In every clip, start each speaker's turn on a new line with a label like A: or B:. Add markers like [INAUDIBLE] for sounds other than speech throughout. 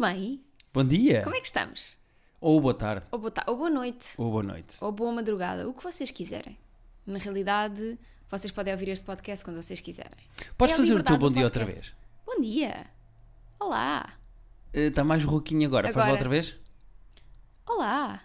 A: bem?
B: Bom dia!
A: Como é que estamos?
B: Ou boa tarde,
A: Ou boa, ta- ou boa noite,
B: ou boa noite.
A: ou boa madrugada, o que vocês quiserem. Na realidade, vocês podem ouvir este podcast quando vocês quiserem.
B: Podes
A: É a
B: fazer o teu
A: liberdade
B: bom
A: do
B: dia outra
A: podcast.
B: vez?
A: Bom dia! Olá!
B: Está Eh, tá mais rouquinho agora. Faz lá
A: Agora.
B: outra vez?
A: Olá!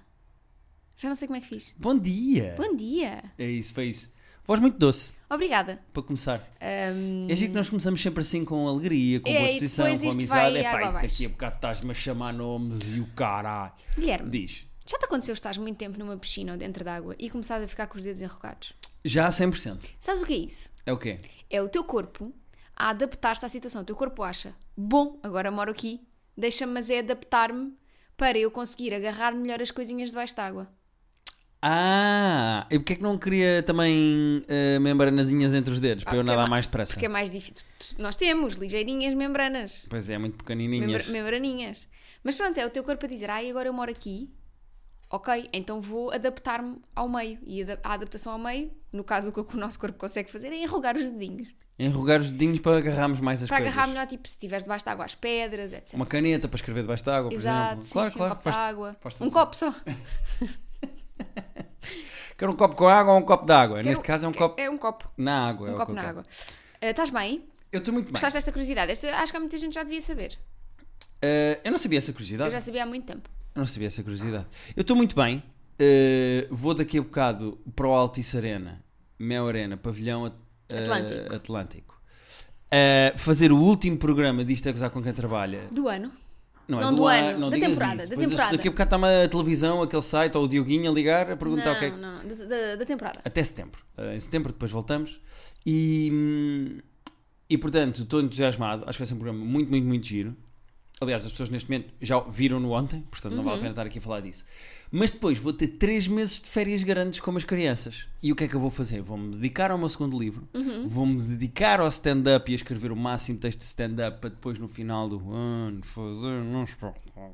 A: Já não sei como é que fiz.
B: Bom dia!
A: Bom dia!
B: É isso, foi isso. Voz muito doce,
A: Obrigada!
B: para começar.
A: Ahm,
B: É giro que nós começamos sempre assim com alegria, com
A: É,
B: boa
A: e
B: disposição,
A: depois
B: com
A: isto
B: amizade.
A: vai
B: É
A: água
B: pá,
A: abaixo.
B: daqui a bocado estás-me a chamar nomes e o caralho.
A: Guilherme,
B: Diz,
A: já te aconteceu estar muito tempo numa piscina ou dentro d'água e começares a ficar com os dedos enrugados?
B: já a 100%.
A: Sabes o que é isso?
B: É o quê?
A: É o teu corpo a adaptar-se à situação. O teu corpo acha, bom, agora moro aqui, deixa-me, mas é adaptar-me para eu conseguir agarrar melhor as coisinhas debaixo d'água.
B: Ah, e porque é que não queria também eh, membranazinhas entre os dedos, para eu
A: porque é
B: nadar
A: ma-
B: mais depressa?
A: Porque é mais difícil. Tu- Nós temos ligeirinhas membranas.
B: Pois é, muito
A: Membra
B: pequenininhas.
A: membraninhas. Mas pronto, é o teu corpo a dizer, ai, agora eu moro aqui, ok, então vou adaptar-me ao meio. E ada- a adaptação ao meio, no caso, o que o nosso corpo consegue fazer é enrugar os dedinhos.
B: Enrugar os dedinhos para agarrarmos mais as
A: para
B: coisas.
A: agarrar melhor, tipo, se estiveres debaixo de água, às pedras, etc.
B: Uma caneta para escrever debaixo de água, por
A: Exato,
B: exemplo.
A: sim,
B: claro,
A: sim,
B: claro.
A: um copo de
B: faz-
A: água.
B: faz todo
A: um copo só.
B: Quer um copo com água ou um copo de água?
A: Quero-
B: Neste caso é um copo
A: É um copo.
B: na água. é
A: Um
B: o
A: copo
B: que eu
A: na
B: quero.
A: água. Ah, estás bem?
B: Eu estou muito bem.
A: Gostaste desta curiosidade? Esta, acho que há muita gente já devia saber.
B: Eh, eu não sabia essa
A: Eu
B: curiosidade.
A: já sabia há muito tempo.
B: Eu não sabia essa curiosidade. Eu estou muito bem. Eh, vou daqui a bocado para o Altice Arena, Mel Arena, Pavilhão At- eh,
A: Atlântico.
B: Atlântico. Eh, fazer o último programa disto é gozar com quem trabalha.
A: Do ano.
B: Não,
A: Não
B: é
A: do
B: ano,
A: ano,
B: não
A: da
B: digas
A: temporada,
B: isso.
A: da
B: Pois eu-
A: temporada.
B: Daqui a bocado está-me a televisão, aquele site, ou o Dioguinho a ligar a perguntar
A: não,
B: o que é que.
A: não, da, da- da temporada.
B: até setembro. Eh, Em setembro depois voltamos. E, hum, e portanto, estou entusiasmado. Acho que vai ser um programa muito, muito, muito giro. Aliás, as pessoas neste momento já viram-no ontem, portanto não vale
A: Uhum.
B: a pena estar aqui a falar disso. Mas depois vou ter três meses de férias grandes com as crianças. E o que é que eu vou fazer? Vou-me dedicar ao meu segundo livro,
A: Uhum.
B: vou-me dedicar ao stand-up e a escrever o máximo de texto de stand-up para depois no final do ano fazer um espetáculo.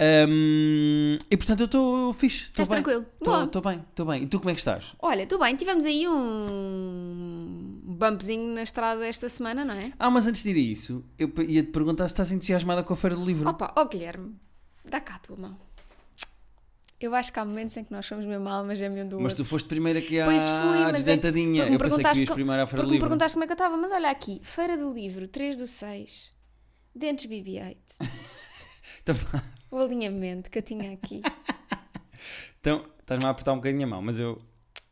B: Hum, e portanto eu estou fixe. estou
A: Estás
B: bem.
A: tranquilo? Boa.
B: Estou bem, estou bem. E tu como é que estás?
A: Olha, tudo bem, tivemos aí um bumpzinho na estrada esta semana, não é?
B: Ah, mas antes de ir a isso, eu pe- ia te perguntar se estás entusiasmada com a feira do livro.
A: Opa, ó Guilherme, dá cá a tua mão. Eu acho que há momentos em que nós somos mesmo alma gêmea um do
B: mas
A: outro.
B: tu foste primeiro aqui à
A: Pois fui, mas é que-
B: desdentadinha.
A: porque me
B: eu pensei que
A: perguntaste
B: ias
A: co-
B: primeiro à feira do
A: Porque me
B: livro.
A: perguntaste como é que eu estava, mas olha aqui, Feira do Livro, 3 do 6, Dentes BB-8,
B: Então- [LAUGHS]
A: o alinhamento que eu tinha aqui.
B: Então, estás-me a apertar um bocadinho a mão, mas eu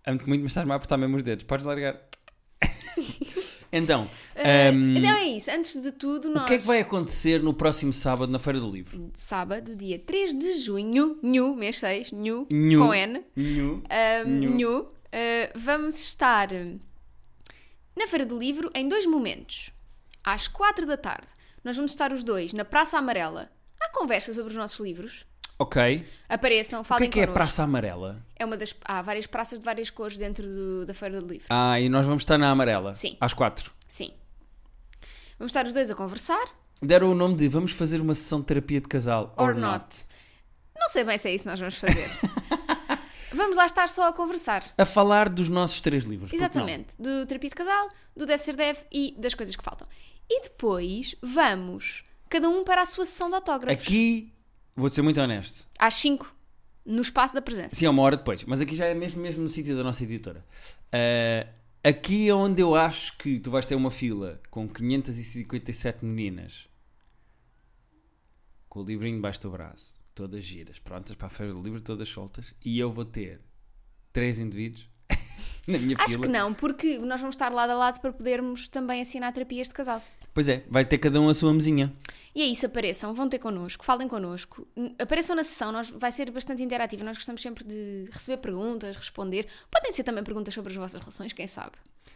B: amo-te muito, mas estás-me a apertar mesmo os dedos. Podes largar.
A: [LAUGHS]
B: então,
A: Eh,
B: hum,
A: Então é isso, antes de tudo, nós.
B: o que é que vai acontecer no próximo sábado na feira do livro?
A: Sábado, dia 3 de junho, New, mês 6, New,
B: Nhu.
A: com N,
B: Nhu.
A: ahm,
B: Nhu.
A: Nhu, eh, vamos estar na Feira do Livro em dois momentos. Às 4 da tarde, nós vamos estar os dois na Praça Amarela. Há conversa sobre os nossos livros.
B: Ok.
A: Apareçam,
B: O que
A: falem
B: é que é a
A: connosco.
B: Praça Amarela?
A: É uma das. Há várias praças de várias cores dentro do- da Feira do Livro.
B: Ah, e nós vamos estar na Amarela.
A: Sim.
B: Às quatro.
A: Sim. Vamos estar os dois a conversar.
B: Deram o nome de vamos fazer uma sessão de terapia de casal.
A: Or not. Não sei bem se é isso que nós vamos fazer. vamos lá estar só a conversar.
B: A falar dos nossos três livros. porque não?
A: Exatamente. Do terapia de casal, do deve ser deve e das coisas que faltam. E depois vamos, cada um para a sua sessão de autógrafos.
B: Aqui, vou ser muito honesto.
A: Às 5, no espaço da presença.
B: Sim, é uma hora depois. Mas aqui já é mesmo, mesmo no sítio da nossa editora. Ah, aqui é onde eu acho que tu vais ter uma fila com 557 meninas. Com o livrinho debaixo do braço. Todas giras, prontas para a feira do livro, todas soltas. E eu vou ter três indivíduos [LAUGHS] na minha
A: Acho
B: fila.
A: que não, porque nós vamos estar lado a lado para podermos também assinar terapias de casal.
B: Pois é, vai ter cada um a sua mesinha.
A: E é isso, apareçam, vão ter connosco, falem connosco, N- apareçam na sessão, nós, vai ser bastante interativa, nós gostamos sempre de receber perguntas, responder, podem ser também perguntas sobre as vossas relações, quem sabe.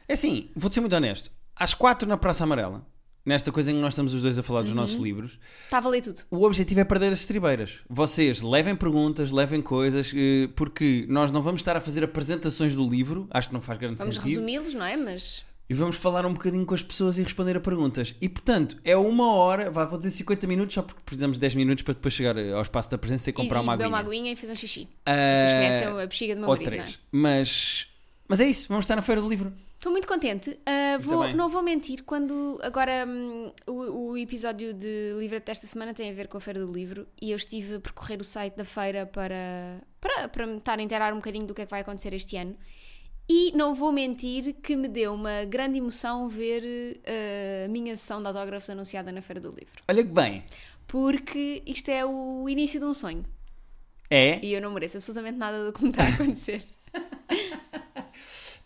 B: É assim, vou-te ser muito honesto. Às quatro na Praça Amarela, nesta coisa em que nós estamos os dois a
A: Uhum.
B: falar dos nossos livros,
A: Está a valer tudo.
B: o objetivo é perder as estribeiras. Vocês levem perguntas, levem coisas, eh, porque nós não vamos estar a fazer apresentações do livro, acho que não faz grande
A: Vamos
B: sentido,
A: resumi-los, não é? Mas
B: e vamos falar um bocadinho com as pessoas e responder a perguntas. E portanto, é uma hora, vá, vou dizer 50 minutos, só porque precisamos de 10 minutos para depois chegar eh, ao espaço da presença e comprar
A: e,
B: uma
A: e beber
B: aguinha.
A: uma aguinha e fazer um xixi.
B: Ah,
A: Vocês conhecem a bexiga do meu
B: ou
A: marido, não é?
B: três. Mas Mas é isso, vamos estar na Feira do Livro.
A: Estou muito contente. Ah, vou-
B: bem.
A: não vou mentir, quando agora hum, o, o episódio de Livra desta semana tem a ver com a Feira do Livro e eu estive a percorrer o site da feira para, para, para me estar a inteirar um bocadinho do que é que vai acontecer este ano. E não vou mentir que me deu uma grande emoção ver eh, a minha sessão de autógrafos anunciada na Feira do Livro.
B: Olha que bem.
A: Porque isto é o início de um sonho
B: É.
A: e eu não mereço absolutamente nada do que me está a
B: [LAUGHS]
A: acontecer.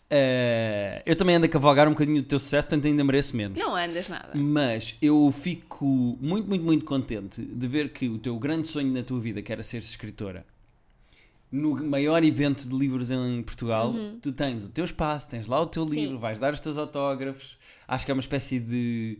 B: eh, eu também ando a cavalgar um bocadinho do teu sucesso, portanto ainda mereço menos.
A: não andas nada.
B: Mas eu fico muito, muito, muito contente de ver que o teu grande sonho na tua vida, que era ser escritora, no maior evento de livros em Portugal, tu tens o teu espaço, tens lá o teu
A: Uhum. Sim.
B: livro, vais dar os teus autógrafos. Acho que é uma espécie de.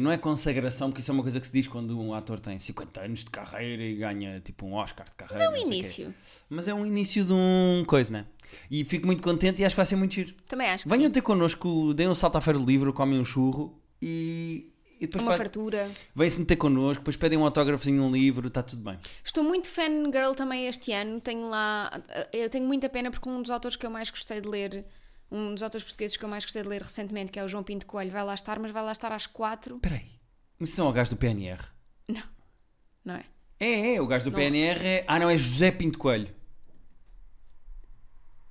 B: Não é consagração, porque isso é uma coisa que se diz quando um ator tem 50 anos de carreira e ganha tipo um Oscar de carreira.
A: É o
B: não sei o quê.
A: início.
B: Mas é um início de um coisa, né? E fico muito contente e acho que vai ser muito giro.
A: Também acho que
B: Venham
A: sim.
B: ter connosco, deem um salto à feira do livro, comem um churro e, e depois
A: Uma
B: fa-
A: fartura.
B: vêm-se meter connosco, depois pedem um autógrafozinho num livro, está tudo bem.
A: Estou muito fangirl também este ano. Tenho lá. Eu tenho muita pena porque um dos autores que eu mais gostei de ler, um dos autores portugueses que eu mais gostei de ler recentemente, que é o João Pinto Coelho, vai lá estar, mas vai lá estar às quatro,
B: Espera aí, mas isso não é o gajo do PNR?
A: não é?
B: É, é, o gajo do PNR é... Ah não, é José Pinto Coelho.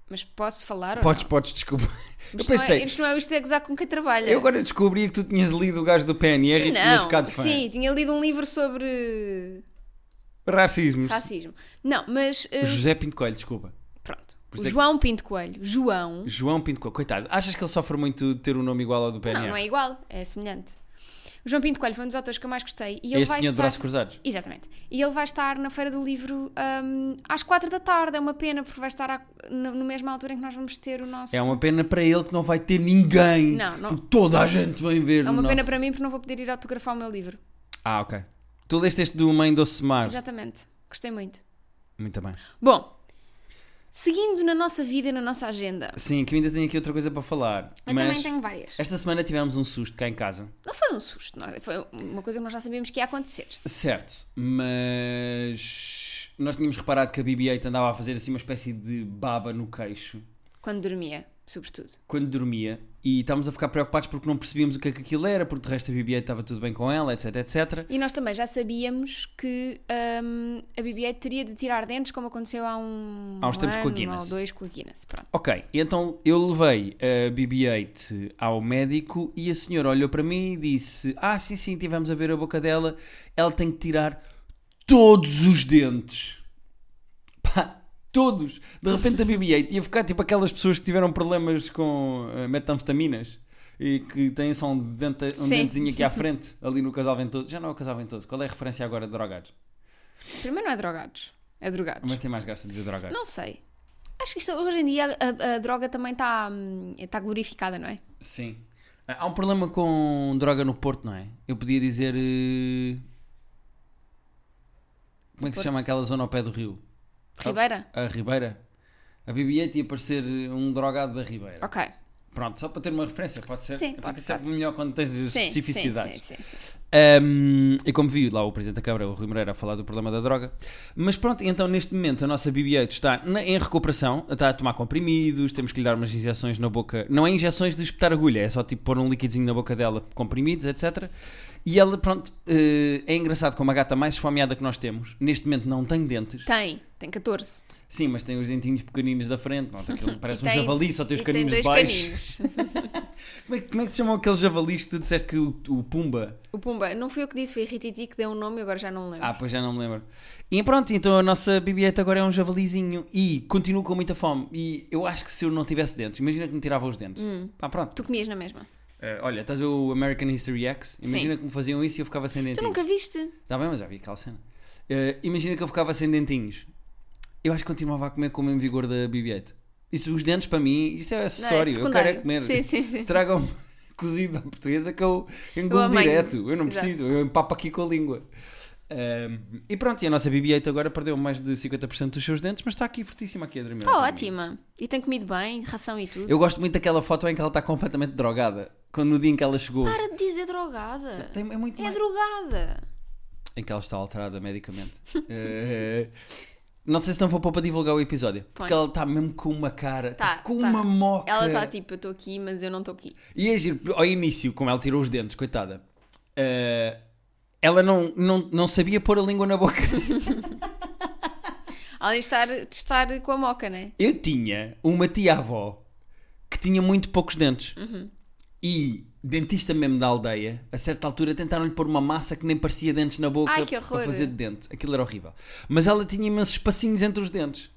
A: Mas posso falar ou
B: Podes,
A: não?
B: podes, desculpa.
A: Mas
B: eu
A: não
B: pensei,
A: É, isto não é isto é gozar com quem trabalha.
B: eu agora descobri que tu tinhas lido o gajo do PNR e tinhas
A: não,
B: ficado fã.
A: sim, tinha lido um livro sobre
B: Racismos.
A: racismo. Não, mas eh,
B: José Pinto Coelho, desculpa.
A: pronto. O
B: Por isso é que-
A: João Pinto Coelho. João.
B: João Pinto Coelho, coitado. Achas que ele sofre muito de ter um nome igual ao do PNR?
A: Não, não é igual, é semelhante. O João Pinto Coelho foi um dos autores que eu mais gostei e ele
B: É este
A: vai
B: senhor de
A: estar.
B: braços cruzados.
A: Exatamente. E ele vai estar na Feira do Livro hum, às quatro da tarde. É uma pena, porque vai estar à, no, no mesma altura em que nós vamos ter o nosso.
B: É uma pena para ele que não vai ter ninguém.
A: Não, não.
B: Porque toda a gente vem ver.
A: É
B: o
A: uma
B: nosso-
A: pena para mim, porque não vou poder ir autografar o meu livro.
B: Ah, ok. Tu leste este do Mãe Doce Mar.
A: Exatamente. Gostei muito.
B: Muito bem.
A: Bom, seguindo na nossa vida e na nossa agenda,
B: Sim, que eu ainda tenho aqui outra coisa para falar.
A: eu
B: mas
A: também tenho várias.
B: esta semana tivemos um susto cá em casa.
A: Não foi um susto, não, foi uma coisa que nós já sabíamos que ia acontecer.
B: Certo, mas nós tínhamos reparado que a BB-8 andava a fazer assim uma espécie de baba no queixo
A: Quando dormia, sobretudo.
B: quando dormia e estávamos a ficar preocupados porque não percebíamos o que é que aquilo era, porque de resto a BB-8 estava tudo bem com ela, etc, etc.
A: E nós também já sabíamos que hum, a BB-8 teria de tirar dentes, como aconteceu há um.
B: Há uns tempos
A: ano,
B: com a Guinness.
A: Ou dois com a Guinness. Pronto.
B: Ok, então eu levei a BB-8 ao médico e a senhora olhou para mim e disse: Ah, sim, sim, tivemos a ver a boca dela, ela tem que tirar todos os dentes. Pá, todos! De repente a BB-8 ia ficar tipo aquelas pessoas que tiveram problemas com eh, metanfetaminas e que têm só um, dente, um
A: Sim.
B: dentezinho aqui à frente, ali no Casal Ventoso. Já não é o Casal Ventoso, qual é a referência agora de drogados?
A: Primeiro não é drogados, é drogados.
B: Mas tem mais graça dizer drogados.
A: Não sei. Acho que isto, hoje em dia a, a- a droga também está hum, está glorificada, não é?
B: Sim. Há um problema com droga no Porto, não é? Eu podia dizer. eh, Como é que se
A: Porto?
B: chama aquela zona ao pé do rio?
A: Ribeira?
B: A Ribeira? A BB-8 ia parecer um drogado da Ribeira.
A: Ok.
B: Pronto, só para ter uma referência, pode ser?
A: Sim,
B: Fica
A: pode,
B: sempre
A: pode.
B: melhor quando tens
A: Sim,
B: especificidades.
A: Sim, sim, sim, sim.
B: Um, e como vi lá o Presidente da Câmara, o Rui Moreira, a falar do problema da droga. Mas pronto, então neste momento a nossa BB-8 está na- em recuperação, está a tomar comprimidos, temos que lhe dar umas injeções na boca. Não é injeções de espetar agulha, é só tipo pôr um liquidezinho na boca dela, comprimidos, etc. E ela, pronto, eh, é engraçado como a gata mais esfomeada que nós temos, neste momento não tem dentes.
A: Tem, tem 14.
B: Sim, mas tem os dentinhos pequeninos da frente, não, tem aquilo, parece
A: [LAUGHS] E
B: um
A: tem-
B: javali, só tem os
A: e tem
B: caninhos de
A: dois
B: baixo.
A: caninhos.
B: Como é, que- como é que se chamam aqueles javalis que tu disseste que o- o Pumba
A: O Pumba, não fui eu que disse, foi a Rititi que deu um nome e agora já não me lembro.
B: Ah, pois já não me lembro. E pronto, então a nossa BB-8 agora é um javalizinho e continuo com muita fome. E eu acho que se eu não tivesse dentes, imagina que me tirava os dentes.
A: Hum.
B: Ah, pronto.
A: Tu comias na mesma.
B: Eh, olha, estás a ver o American History X? Imagina que me faziam isso e eu ficava sem
A: Tu
B: dentinhos.
A: nunca viste?
B: Está bem, mas já vi aquela cena. Eh, imagina que eu ficava sem dentinhos. Eu acho que continuava a comer com o mesmo vigor da BB-8. Isso, os dentes para mim, isso é acessório. eu quero é
A: secundário.
B: comer.
A: Sim, sim, sim.
B: Tragam-me um [LAUGHS] cozido à portuguesa que eu engulo
A: Eu amanho.
B: direto. Eu não
A: Exato.
B: preciso, eu empapo aqui com a língua. Ahm, e pronto, e a nossa BB-8 agora perdeu mais de 50% dos seus dentes, mas está aqui fortíssima aqui a dormir.
A: Está
B: ao pé de mim.
A: ótima. E tem comido bem, ração e tudo.
B: Tá Eu gosto muito daquela foto em que ela está completamente drogada. Quando no dia em que ela chegou.
A: Para de dizer drogada.
B: Tem- é muito
A: É
B: mais-
A: drogada.
B: Em que ela está alterada medicamente. [LAUGHS] Eh, Não sei se não vou pôr para divulgar o episódio. Porque
A: Põe.
B: ela está mesmo com uma cara.
A: Tá,
B: tá com
A: tá.
B: uma moca.
A: Ela está tipo, eu estou aqui, mas eu não estou aqui.
B: E é giro, ao início, como ela tirou os dentes, coitada, eh, ela não, não, não sabia pôr a língua na boca.
A: Além de estar, de estar com a moca, né?
B: Eu tinha uma tia-avó que tinha muito poucos dentes. E dentista mesmo da aldeia, a certa altura tentaram-lhe pôr uma massa que nem parecia dentes na boca
A: Ai, que horror.
B: para fazer de dente. Aquilo era horrível. Mas ela tinha imensos espacinhos entre os dentes.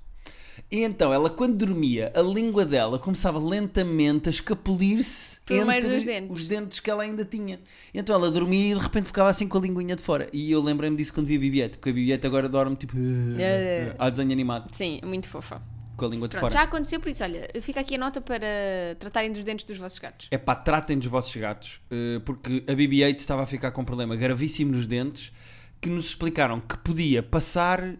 B: E então, ela quando dormia, a língua dela começava lentamente a escapulir-se
A: Por meio
B: entre
A: dos dentes.
B: os dentes que ela ainda tinha. E então ela dormia e de repente ficava assim com a linguinha de fora. E eu lembrei-me disso quando vi a Bibiette, porque a Bibiette agora dorme tipo...
A: É.
B: a desenho animado,
A: Sim, muito fofa.
B: com a língua de
A: Pronto,
B: fora.
A: já aconteceu por isso. Olha, fica aqui a nota para tratarem dos dentes dos vossos gatos.
B: É pá, tratem dos vossos gatos, eh, porque a BB-8 estava a ficar com um problema gravíssimo nos dentes que nos explicaram que podia passar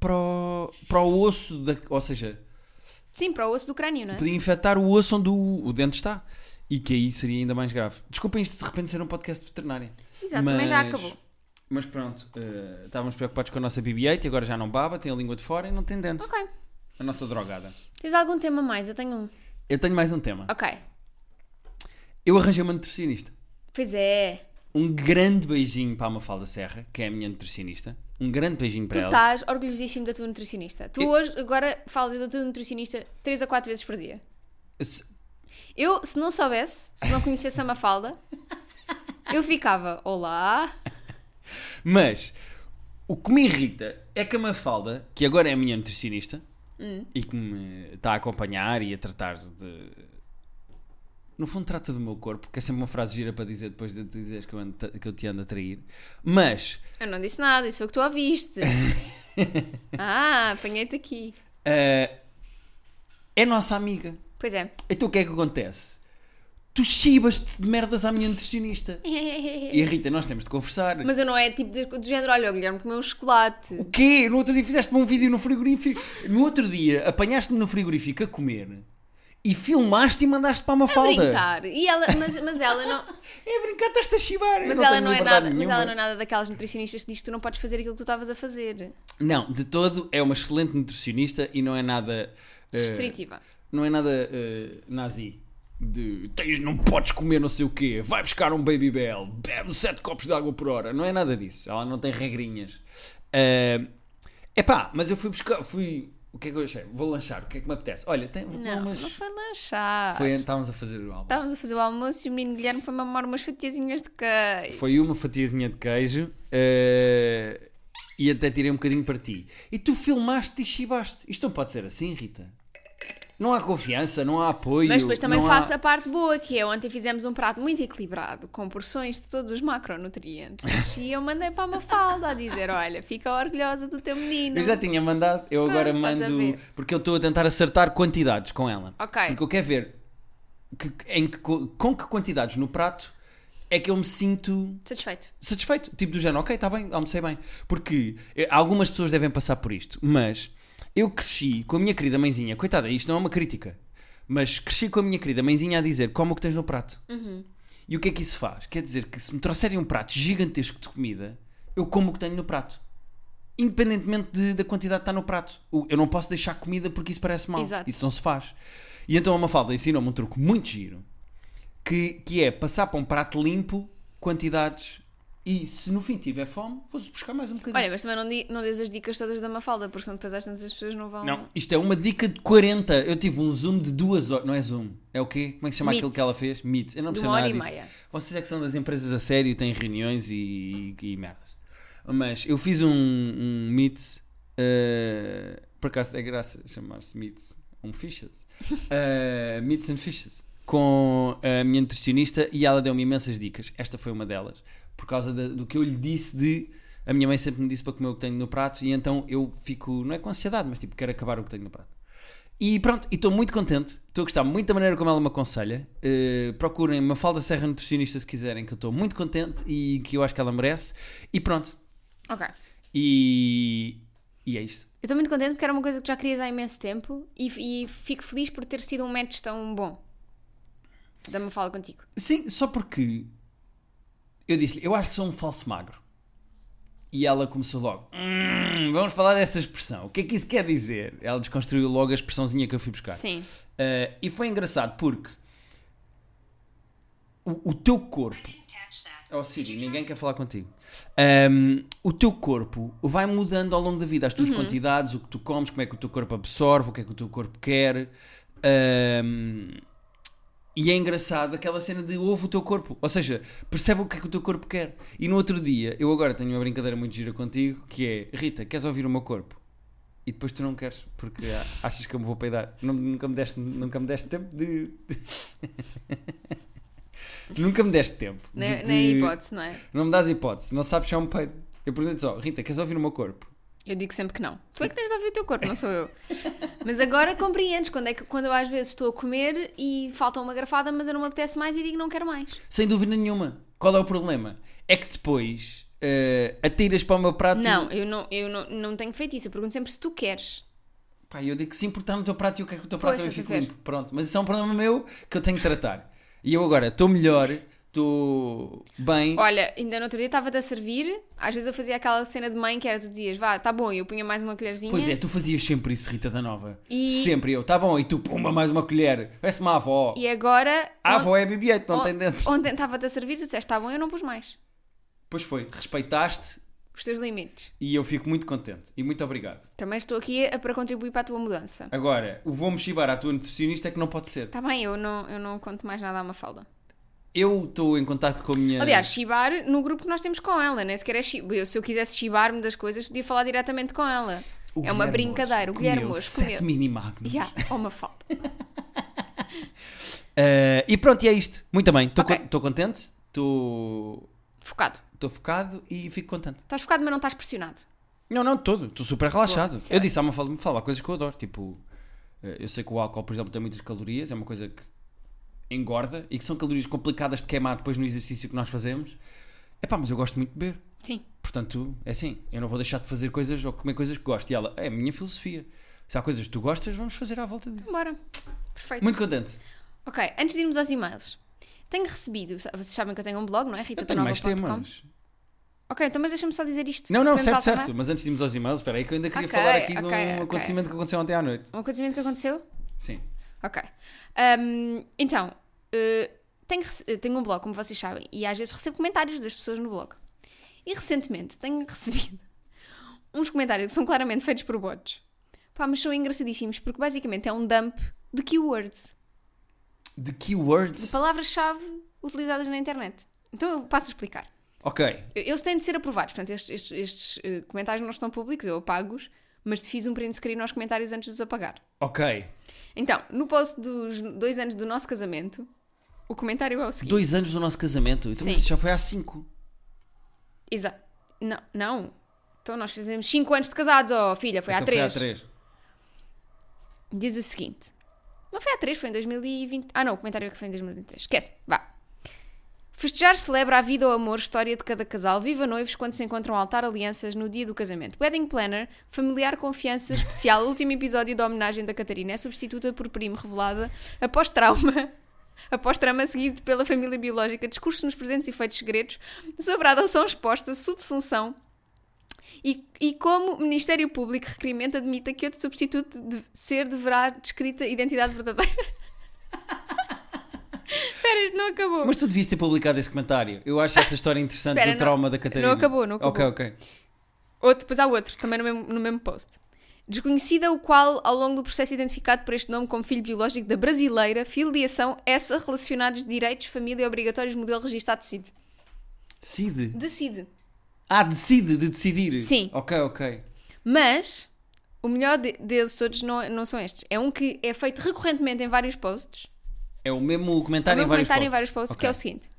B: para o, para o osso, da, ou seja,
A: Sim, para o osso do crânio, não é?
B: podia infectar o osso onde o, o dente está e que aí seria ainda mais grave. Desculpem isto de repente ser um podcast de veterinária.
A: Exato, também já acabou.
B: Mas pronto, eh, estávamos preocupados com a nossa BB-8 e agora já não baba, tem a língua de fora e não tem dentes.
A: Ok.
B: A nossa drogada.
A: Tens algum tema mais? Eu tenho um.
B: Eu tenho mais um tema.
A: Ok.
B: Eu arranjei uma nutricionista.
A: Pois é.
B: Um grande beijinho para a Mafalda Serra, que é a minha nutricionista. Um grande beijinho para
A: Tu
B: ela.
A: estás orgulhosíssimo da tua nutricionista. Tu
B: Eu-
A: hoje, agora, falas da tua nutricionista 3 a 4 vezes por dia.
B: Se-
A: Eu, se não soubesse, se não conhecesse a Mafalda, eu ficava, olá.
B: Mas o que me irrita é que a Mafalda, que agora é a minha nutricionista
A: Hum.
B: e que me está a acompanhar e a tratar de. No fundo, trata do meu corpo, que é sempre uma frase gira para dizer depois de te dizeres que eu, ando- que eu te ando a trair. Mas
A: Eu não disse nada, isso foi o que tu
B: [LAUGHS]
A: ouviste. ah, apanhei-te aqui.
B: eh, é nossa amiga.
A: Pois é.
B: Então o que é que acontece? Tu chibas-te de merdas à minha nutricionista. E a Rita, nós temos de conversar.
A: É. Mas eu não é tipo de- do, género, olha, o Guilherme comeu um chocolate.
B: O quê? No outro dia fizeste-me um vídeo no frigorífico. No outro dia apanhaste-me no frigorífico a comer e filmaste e mandaste para uma falda.
A: Brincar. E ela, mas, mas ela não,
B: É brincar, estás-te a chibar. Eu
A: mas ela
B: tenho
A: não é
B: liberdade
A: nada, mas
B: nenhuma.
A: ela não é nada daquelas nutricionistas que diz que tu não podes fazer aquilo que tu estavas a fazer.
B: Não, de todo é uma excelente nutricionista e não é nada. eh,
A: Restritiva.
B: não é nada eh, nazi. De tens, não podes comer não sei o quê, vai buscar um Baby Bell, bebe sete copos de água por hora. Não é nada disso. Ela não tem regrinhas. É epá, mas eu fui buscar. Fui. O que é que eu achei? Vou lanchar, o que é que me apetece? Olha, tem, vou comer
A: Não, Tá.
B: umas-
A: não foi lanchar.
B: Foi, estávamos a fazer o álbum.
A: Estávamos a fazer o almoço e o menino Guilherme foi mamar umas fatiazinhas de queijo.
B: Foi uma fatiazinha de queijo eh, e até tirei um bocadinho para ti. E tu filmaste e chibaste. Isto não pode ser assim, Rita. Não há confiança, não há apoio.
A: Mas depois também
B: não há-
A: faço a parte boa, que é ontem fizemos um prato muito equilibrado, com porções de todos os macronutrientes. e eu mandei para a Mafalda a dizer: olha, fica orgulhosa do teu menino.
B: Eu já tinha mandado, eu agora
A: estás a
B: mando.
A: ver.
B: Porque eu estou a tentar acertar quantidades com ela.
A: Ok.
B: Porque eu quero ver que- em que- com que quantidades no prato é que eu me sinto
A: Satisfeito.
B: satisfeito. Tipo do género, ok, está bem, almocei bem. Porque eh, algumas pessoas devem passar por isto, mas eu cresci com a minha querida mãezinha, coitada, isto não é uma crítica, mas cresci com a minha querida mãezinha a dizer como o que tens no prato. E o que é que isso faz? Quer dizer que se me trouxerem um prato gigantesco de comida, eu como o que tenho no prato. Independentemente de- da quantidade que está no prato. O- Eu não posso deixar comida porque isso parece mal.
A: Exato.
B: Isso não se faz. E então a Mafalda ensinou-me um truque muito giro que, que é passar para um prato limpo quantidades e se no fim tiver fome, vou-se buscar mais um bocadinho.
A: Olha, mas também não, di- não dês as dicas todas da Mafalda, porque senão depois às tantas as pessoas não vão.
B: não, isto é uma dica de 40. Eu tive um zoom de duas horas. Não é zoom, é o quê? Como é que se chama
A: Meets.
B: aquilo que ela fez? Meets. Eu não
A: De
B: percebo
A: uma
B: nada
A: hora e
B: disso.
A: meia.
B: Vocês é que são das empresas a sério e têm reuniões e, e, merdas. Mas eu fiz um, um Meets. eh, por acaso é graça chamar-se Meets. Um Fishes. Eh, [LAUGHS] meets and Fishes. Com a minha nutricionista e ela deu-me imensas dicas. Esta foi uma delas. Por causa da- do que eu lhe disse de. A minha mãe sempre me disse para comer o que tenho no prato e então eu fico, não é com ansiedade, mas tipo, quero acabar o que tenho no prato. E pronto, e estou muito contente, estou a gostar muito da maneira como ela me aconselha. Uh, procurem Mafalda Serra Nutricionista se quiserem, que eu estou muito contente e que eu acho que ela merece. E pronto,
A: Ok.
B: e, e é isto.
A: Eu estou muito contente porque era uma coisa que já querias há imenso tempo e, e fico feliz por ter sido um match tão bom. Da Mafalda contigo.
B: Sim, só porque eu disse-lhe, eu acho que sou um falso magro. E ela começou logo, "Hum, vamos falar dessa expressão, o que é que isso quer dizer? Ela desconstruiu logo a expressãozinha que eu fui buscar.
A: Sim.
B: Eh, e foi engraçado porque o, o teu corpo. Oh Siri, ninguém quer falar contigo. Ahm, o teu corpo vai mudando ao longo da vida as
A: Uhum.
B: tuas quantidades, o que tu comes, como é que o teu corpo absorve, o que é que o teu corpo quer. Ahm, e é engraçado aquela cena de ouve o teu corpo. Ou seja, percebe o que é que o teu corpo quer. E no outro dia, eu agora tenho uma brincadeira muito gira contigo que é: Rita, queres ouvir o meu corpo? E depois tu não queres, porque achas que eu me vou peidar. Nu- Nunca me deste, nunca me deste
A: [LAUGHS]
B: tempo de. nunca me deste tempo. de-
A: Nem,
B: de-
A: nem hipótese, não é?
B: Não me dás hipótese, não sabes se é um peido. Eu pergunto só, Rita, queres ouvir o meu corpo?
A: Eu digo sempre que não. Tu é
B: Tipo-
A: que tens de ouvir o teu corpo, não sou
B: [LAUGHS]
A: eu. Mas agora compreendes quando, é que, quando eu às vezes estou a comer e falta uma garfada, mas eu não me apetece mais e digo não quero mais.
B: Sem dúvida nenhuma. Qual é o problema? É que depois eh, atiras para o meu prato.
A: Não, eu não, eu não, não tenho feito isso. Eu pergunto sempre se tu queres.
B: Pá, eu digo que sim, porque está no teu prato e eu quero que o teu
A: Pois,
B: prato eu
A: estás a
B: fico
A: ver.
B: limpo. Pronto, mas isso é um problema meu que eu tenho que tratar. E eu agora estou melhor, estou bem.
A: Olha, ainda no outro dia estava-te a servir. Às vezes eu fazia aquela cena de mãe que era tu dizias, vá, tá bom, e eu punha mais uma colherzinha.
B: Pois é, tu fazias sempre isso, Rita da Nova.
A: E-
B: Sempre eu, tá bom, e tu, pumba, mais uma colher. Parece uma avó.
A: E agora.
B: A
A: on-
B: avó é BB-8, não
A: on-
B: tem dentes.
A: Ontem estava-te a servir, tu disseste, tá bom, eu não pus mais.
B: Pois foi, respeitaste
A: Os teus limites.
B: e eu fico muito contente. E muito obrigado.
A: Também estou aqui a- para contribuir para a tua mudança.
B: Agora, o vou-me chibar à tua nutricionista é que não pode ser.
A: Tá bem, eu não, eu não conto mais nada à Mafalda.
B: Eu estou em contato com a minha.
A: Aliás, chibar no grupo que nós temos com ela, nem sequer é chibar. Eu, se eu quisesse chibar-me das coisas, podia falar diretamente com ela.
B: O
A: é uma
B: Guilherme
A: brincadeira. O
B: Moço
A: Guilherme
B: comeu
A: Moço
B: sete
A: comeu.
B: mini magnos.
A: Yeah, oh, Mafalda.
B: Eh, e pronto, e é isto. Muito bem, estou
A: Ok.
B: con- estou contente, estou
A: Focado.
B: estou focado e fico contente.
A: Estás focado, mas não estás pressionado.
B: Não, não, de todo. Estou super relaxado.
A: Boa, isso é
B: eu disse à Mafalda, me fala coisas que eu adoro. Tipo, eh, eu sei que o álcool, por exemplo, tem muitas calorias. É uma coisa que engorda e que são calorias complicadas de queimar depois no exercício que nós fazemos. É pá, mas eu gosto muito de beber.
A: Sim.
B: Portanto, é assim. Eu não vou deixar de fazer coisas ou comer coisas que gosto. E ela, é a minha filosofia. Se há coisas que tu gostas, vamos fazer à volta disso.
A: Bora. Perfeito.
B: Muito contente.
A: Ok, antes de irmos aos e-mails. Tenho recebido, vocês sabem que eu tenho um blog, não é? Rita
B: Eu tenho mais temas.
A: Ok, então mas deixa-me só dizer isto.
B: Não, não,
A: Podemos
B: certo,
A: alternar?
B: certo. Mas antes de irmos aos e-mails, espera aí que eu ainda queria
A: Ok,
B: falar aqui de um
A: ok, ok.
B: acontecimento que aconteceu ontem à noite.
A: Um acontecimento que aconteceu?
B: Sim.
A: Ok. Ahm, então, eh, tenho, rece- eh, tenho um blog, como vocês sabem, e às vezes recebo comentários das pessoas no blog. E recentemente tenho [LAUGHS] recebido uns comentários que são claramente feitos por bots. Pá, mas são engraçadíssimos, porque basicamente é um dump de keywords,
B: De
A: de
B: keywords.
A: palavras-chave utilizadas na internet. Então eu passo a explicar.
B: Ok.
A: Eles têm de ser aprovados, portanto, estes, estes- estes, eh, comentários não estão públicos, eu apago-os, mas fiz um print screen aos comentários antes de os apagar.
B: Ok.
A: Então, no post dos dois anos do nosso casamento, o comentário é o seguinte.
B: Dois anos do nosso casamento. Então, mas
A: Sim.
B: isso já foi há cinco.
A: Exato. Não, não. Então nós fizemos 5 anos de casados, oh filha, foi há
B: Então
A: 3.
B: Foi há três.
A: Diz o seguinte. Não foi há 3, foi em 2020. Ah não, o comentário é que foi em 2023. Esquece, vá. Festejar celebra a vida, o amor, história de cada casal. Viva noivos quando se encontram ao altar alianças no dia do casamento. Wedding Planner, familiar confiança especial, último episódio da homenagem da Catarina. É substituta por primo revelada após trauma. [LAUGHS] Após trama seguido pela família biológica, discurso nos presentes e feitos segredos sobre a adoção exposta, subsunção e, e como o Ministério Público requerimento admita que outro substituto de ser deverá descrita identidade verdadeira. [LAUGHS] Espera, isto não acabou.
B: Mas tu devias ter publicado esse comentário. Eu acho essa história interessante
A: Espera,
B: do
A: não-
B: trauma da Catarina.
A: não acabou, não acabou.
B: Ok, ok.
A: Outro, depois há outro, também no mesmo, no mesmo post. Desconhecida, o qual, ao longo do processo identificado por este nome como filho biológico da brasileira, filiação essa relacionados de direitos, família obrigatórios, modelo registado decide.
B: Decide.
A: Decide.
B: Ah, decide de decidir.
A: Sim.
B: Ok, ok.
A: Mas o melhor de- deles todos não, não são estes. É um que é feito recorrentemente em vários posts.
B: É o mesmo comentário
A: Há um
B: em vários
A: comentário
B: posts.
A: em vários posts
B: Ok.
A: que é o seguinte: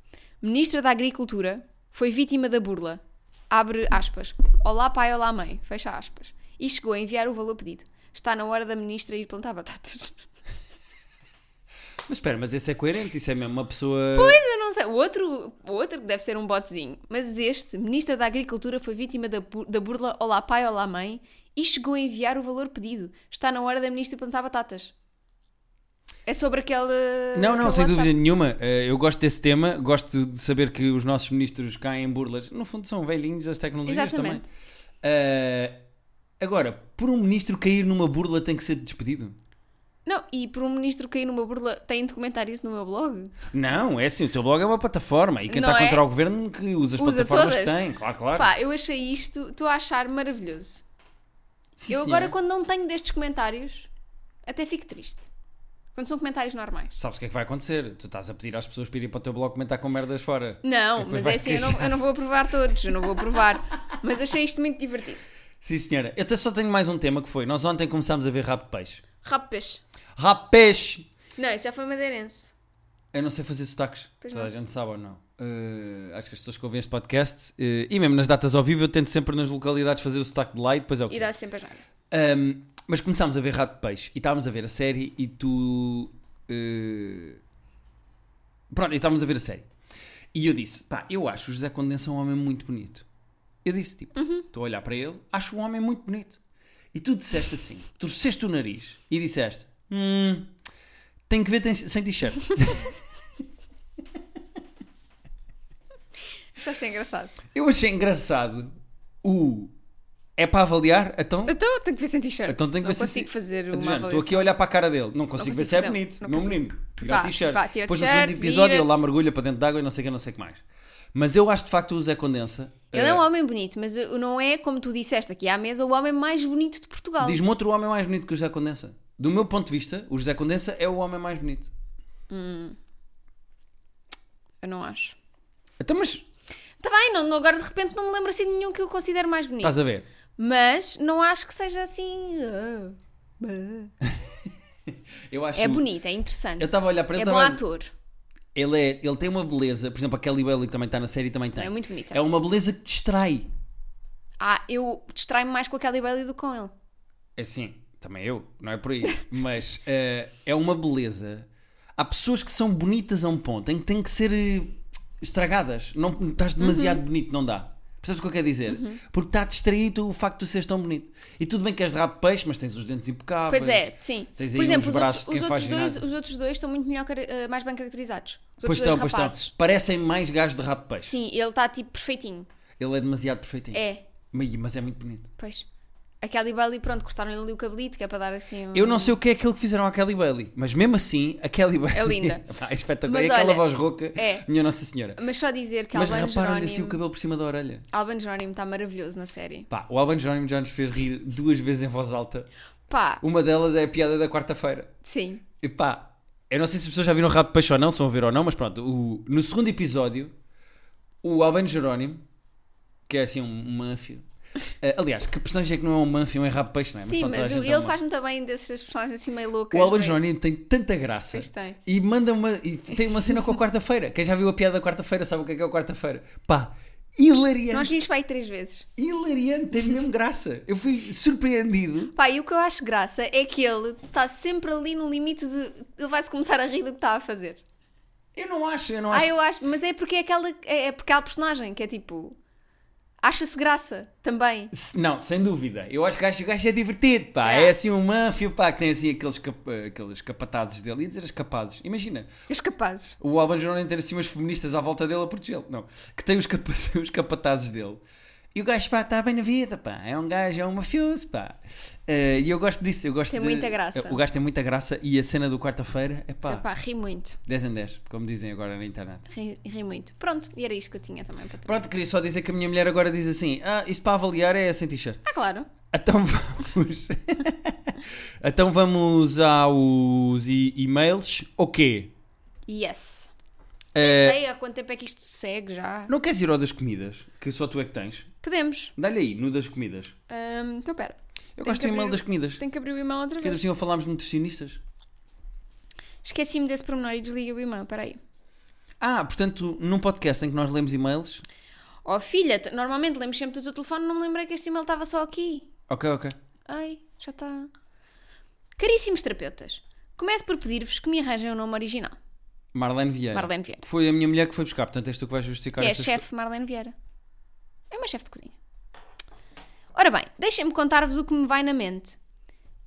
A: Ministra da Agricultura foi vítima da burla. Abre aspas. Olá pai, olá mãe. Fecha aspas. E chegou a enviar o valor pedido. Está na hora da ministra ir plantar batatas.
B: Mas espera, mas esse é coerente. Isso é mesmo uma pessoa...
A: Pois eu não sei. O outro, o outro deve ser um botzinho. Mas este, Ministra da Agricultura, foi vítima da, bu- da burla Olá pai, olá mãe. E chegou a enviar o valor pedido. Está na hora da ministra plantar batatas. É sobre aquele.
B: Não, não,
A: aquele
B: sem dúvida
A: WhatsApp.
B: nenhuma. Eh, Eu gosto desse tema, gosto de saber que os nossos ministros caem em burlas. No fundo, são velhinhos das tecnologias
A: Exatamente.
B: também. Eh, agora, por um ministro cair numa burla tem que ser despedido?
A: Não, e por um ministro cair numa burla, tem de comentar isso no meu blog?
B: Não, é assim, o teu blog é uma plataforma e quem
A: Não
B: está
A: é?
B: contra o governo que usa as
A: Usa
B: plataformas que
A: todas.
B: tem, claro, claro.
A: Pá, eu achei isto, estou a achar maravilhoso.
B: Sim,
A: eu
B: senhora.
A: agora, quando não tenho destes comentários, até fico triste. Quando são comentários normais.
B: Sabes o que é que vai acontecer? Tu estás a pedir às pessoas para irem para o teu blog comentar com merdas fora. E
A: Não,
B: depois
A: mas é
B: vais
A: assim, eu não,
B: queixar.
A: eu não vou aprovar todos, eu não vou
B: [LAUGHS]
A: aprovar. mas achei isto muito divertido.
B: Sim, senhora. Eu até só tenho mais um tema que foi. Nós ontem começámos a ver rabo de peixe.
A: Rapaz.
B: Rabo de peixe!
A: Não, isso já foi madeirense.
B: Eu não sei fazer sotaques.
A: Pois
B: Toda
A: não.
B: a gente sabe ou não. Eh, acho que as pessoas que ouvem este podcast eh, e mesmo nas datas ao vivo eu tento sempre nas localidades fazer o sotaque de lá e depois é o
A: E
B: que.
A: dá sempre a nada.
B: Ahm, mas começámos a ver Rato de Peixe e estávamos a ver a série e tu. eh, Pronto, e estávamos a ver a série. E eu disse: pá, eu acho o José Condensa um homem muito bonito. Eu disse: tipo, estou a olhar para ele, acho um homem muito bonito. E tu disseste assim: torceste o nariz e disseste: hum, tenho que ver tem- sem t-shirt.
A: Achaste engraçado.
B: eu achei engraçado o. É para avaliar? Então.
A: Então tenho que ver sem t-shirt.
B: Então tenho que
A: não
B: ver se-
A: consigo fazer
B: Do
A: uma
B: género,
A: avaliação.
B: Estou aqui a olhar para a cara dele. Não
A: consigo
B: consigo ver se é
A: fazer-
B: bonito.
A: não
B: Meu
A: consigo.
B: menino. Tira
A: Vá,
B: o t-shirt.
A: vá, tira o
B: Depois no
A: t-shirt,
B: segundo episódio ele lá
A: vira-te.
B: mergulha para dentro de água e não sei o que, não sei o que mais. Mas eu acho de facto o Zé Condensa.
A: Ele
B: eh,
A: é um homem bonito, mas eu- não é, como tu disseste aqui à mesa, o homem mais bonito de Portugal.
B: Diz-me outro homem mais bonito que o José Condensa. Do meu ponto de vista, o José Condensa é o homem mais bonito.
A: Eu não acho.
B: Então, mas
A: Está bem, não, não- agora de repente não me lembro assim de nenhum que eu considero mais bonito.
B: estás a ver?
A: Mas não acho que seja assim. ah, bah.
B: Eu acho.
A: É bonito, é interessante.
B: Eu estava a olhar para ele.
A: é bom
B: estava a-
A: ator.
B: ele, é, ele tem uma beleza. Por exemplo, a Kelly Bailey que também está na série também tem.
A: É muito bonita.
B: É uma beleza que distrai.
A: Ah, eu distraio-me mais com a Kelly Bailey do que com ele.
B: É sim, também eu, não é por aí. [LAUGHS] Mas eh, é uma beleza. Há pessoas que são bonitas a um ponto em que têm que ser eh, estragadas. Não estás demasiado
A: Uhum.
B: bonito, não dá. Percebes o que eu quero dizer? Porque está distraído o facto de tu seres tão bonito. E tudo bem que és de rabo de peixe, mas tens os dentes impecáveis.
A: Pois é, sim.
B: Ah, Tens aí
A: Por exemplo,
B: uns
A: os
B: braços
A: outros,
B: de quem
A: os
B: faz
A: outros dois,
B: ginásio.
A: os outros dois estão muito melhor, car- eh, mais bem caracterizados. Os outros
B: Pois
A: dois
B: estão, pois estão.
A: rapazes.
B: Parecem mais gajos de rabo de peixe.
A: Sim, ele está tipo perfeitinho.
B: Ele é demasiado perfeitinho.
A: É,
B: Mas, mas é muito bonito.
A: pois. A Kelly Bailey, pronto, cortaram-lhe ali o cabelito, que é para dar assim. um-
B: Eu não sei o que é aquilo que fizeram à Kelly Bailey, mas mesmo assim, a Kelly Bailey.
A: linda.
B: [LAUGHS] Pá, é espetacular.
A: Mas
B: é aquela
A: olha,
B: voz rouca.
A: é.
B: Minha Nossa Senhora.
A: Mas só dizer que
B: Mas
A: Alban
B: repara-lhe assim o
A: Jerónimo.
B: cabelo por cima da orelha.
A: Alban Jerónimo está maravilhoso na série.
B: Pá, o Alban Jerónimo já nos fez rir duas vezes em voz alta.
A: Pá,
B: Uma delas é a piada da quarta-feira.
A: sim.
B: E pá, eu não sei se as pessoas já viram o Rabo de Peixe ou não, se vão ver ou não, mas pronto, o- no segundo episódio, o Alban Jerónimo, que é assim um manfio. eh, aliás, que personagem é que não é um manfio, é um rabo de peixe, não é?
A: sim,
B: pronto, toda
A: mas
B: a
A: o-
B: gente é um
A: ele
B: manfio.
A: faz muito bem dessas personagens assim meio loucas.
B: O Alban
A: meio-
B: Jerónimo tem tanta graça
A: Pois tem.
B: e manda uma e tem uma cena com a quarta-feira. Quem já viu a piada da quarta-feira sabe o que é que é a quarta-feira. Pá, hilariante.
A: Nós vimos para aí três vezes.
B: hilariante, teve mesmo graça. Eu fui surpreendido.
A: Pá, e o que eu acho graça é que ele está sempre ali no limite de. Ele vai-se começar a rir do que está a fazer.
B: Eu não acho, eu não
A: Ah,
B: acho.
A: eu acho. Mas é porque é aquela. É, é porque há a personagem que é tipo. Acha-se graça também.
B: Se- Não, sem dúvida. Eu acho que acho que o gajo é divertido, pá.
A: Yeah.
B: É assim um manfio, pá, que tem assim aqueles, cap- aqueles capatazes dele. Ia dizer as capazes. Imagina,
A: Os capazes.
B: o Alban Jerónimo ter assim umas feministas à volta dele a protegê-lo. Não, que tem os, capa- [LAUGHS] os capatazes dele. E o gajo, pá, está bem na vida, pá. É um gajo, é um mafioso, pá. Eh, E eu gosto disso, eu gosto
A: Tem
B: de- Eh,
A: muita graça.
B: O gajo tem muita graça e a cena do quarta-feira, é pá,
A: Epá, ri muito.
B: 10 em 10, como dizem agora na internet.
A: Ri, ri muito. Pronto, e era isto que eu tinha também para trazer.
B: Pronto, queria só dizer que a minha mulher agora diz assim: Ah, isto para avaliar é sem t-shirt.
A: Ah, claro.
B: Então [LAUGHS] vamos. então vamos aos e- e-mails. O quê?
A: Yes.
B: Eh,
A: Sei há quanto tempo é que isto segue já.
B: não queres ir ao das comidas? Que só tu é que tens.
A: Podemos.
B: Dá-lhe aí, no das comidas.
A: Ahm, então, pera. Tem
B: Eu gosto
A: que
B: do e-mail
A: abrir o-
B: das comidas.
A: Tenho que abrir o e-mail outra
B: Que
A: vez.
B: assim ou falámos de nutricionistas.
A: Esqueci-me desse pormenor e desliga o e-mail, peraí.
B: Ah, portanto, num podcast em que nós lemos e-mails.
A: Oh filha, t- normalmente lemos sempre do teu telefone, não me lembrei que este e-mail estava só aqui.
B: Ok, ok.
A: Ai, já está. Caríssimos terapeutas, começo por pedir-vos que me arranjem o nome original.
B: Marlene Vieira.
A: Marlene Vieira.
B: Que Foi a minha mulher que foi buscar, portanto és tu que vais justificar
A: que é a
B: estas
A: chefe Marlene Vieira. É uma chefe de cozinha. Ora bem, deixem-me contar-vos o que me vai na mente.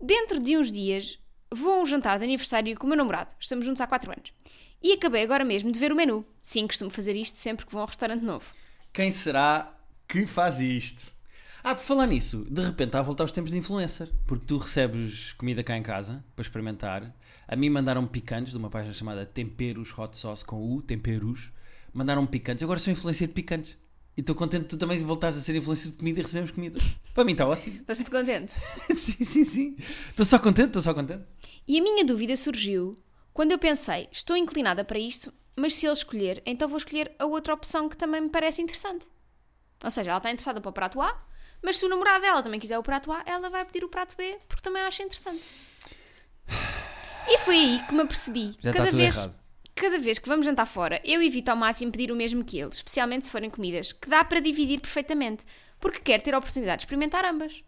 A: Dentro de uns dias, Vou a um jantar de aniversário com o meu namorado. Estamos juntos há 4 anos. E acabei agora mesmo de ver o menu. Sim, costumo fazer isto sempre que vou a um restaurante novo.
B: Quem será que faz isto? Ah, por falar nisso, de repente está a voltar aos tempos de influencer, porque tu recebes comida cá em casa para experimentar. A mim mandaram picantes de uma página chamada Temperos Hot Sauce com U, Temperos. Mandaram picantes, eu agora sou influencer de picantes. E estou contente que tu também voltares a ser influencer de comida e recebemos [LAUGHS] comida. Para mim está ótimo.
A: Estás muito contente?
B: sim, sim, sim. Estou só contente, estou só contente.
A: E a minha dúvida surgiu quando eu pensei, estou inclinada para isto, mas se ele escolher, então vou escolher a outra opção que também me parece interessante. Ou seja, ela está interessada para o prato A, mas se o namorado dela também quiser o prato A, ela vai pedir o prato B, porque também acha interessante. E foi aí que me apercebi.
B: Já está
A: cada
B: tudo
A: vez,
B: errado.
A: cada vez que vamos jantar fora, eu evito ao máximo pedir o mesmo que eles, especialmente se forem comidas que dá para dividir perfeitamente, porque quero ter a oportunidade de experimentar ambas.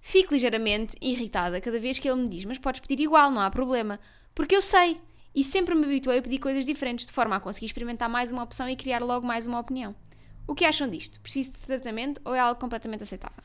A: Fico ligeiramente irritada cada vez que ele me diz, mas podes pedir igual, não há problema. Porque eu sei. E sempre me habituei a pedir coisas diferentes, de forma a conseguir experimentar mais uma opção e criar logo mais uma opinião. O que acham disto? Preciso de tratamento ou é algo completamente aceitável?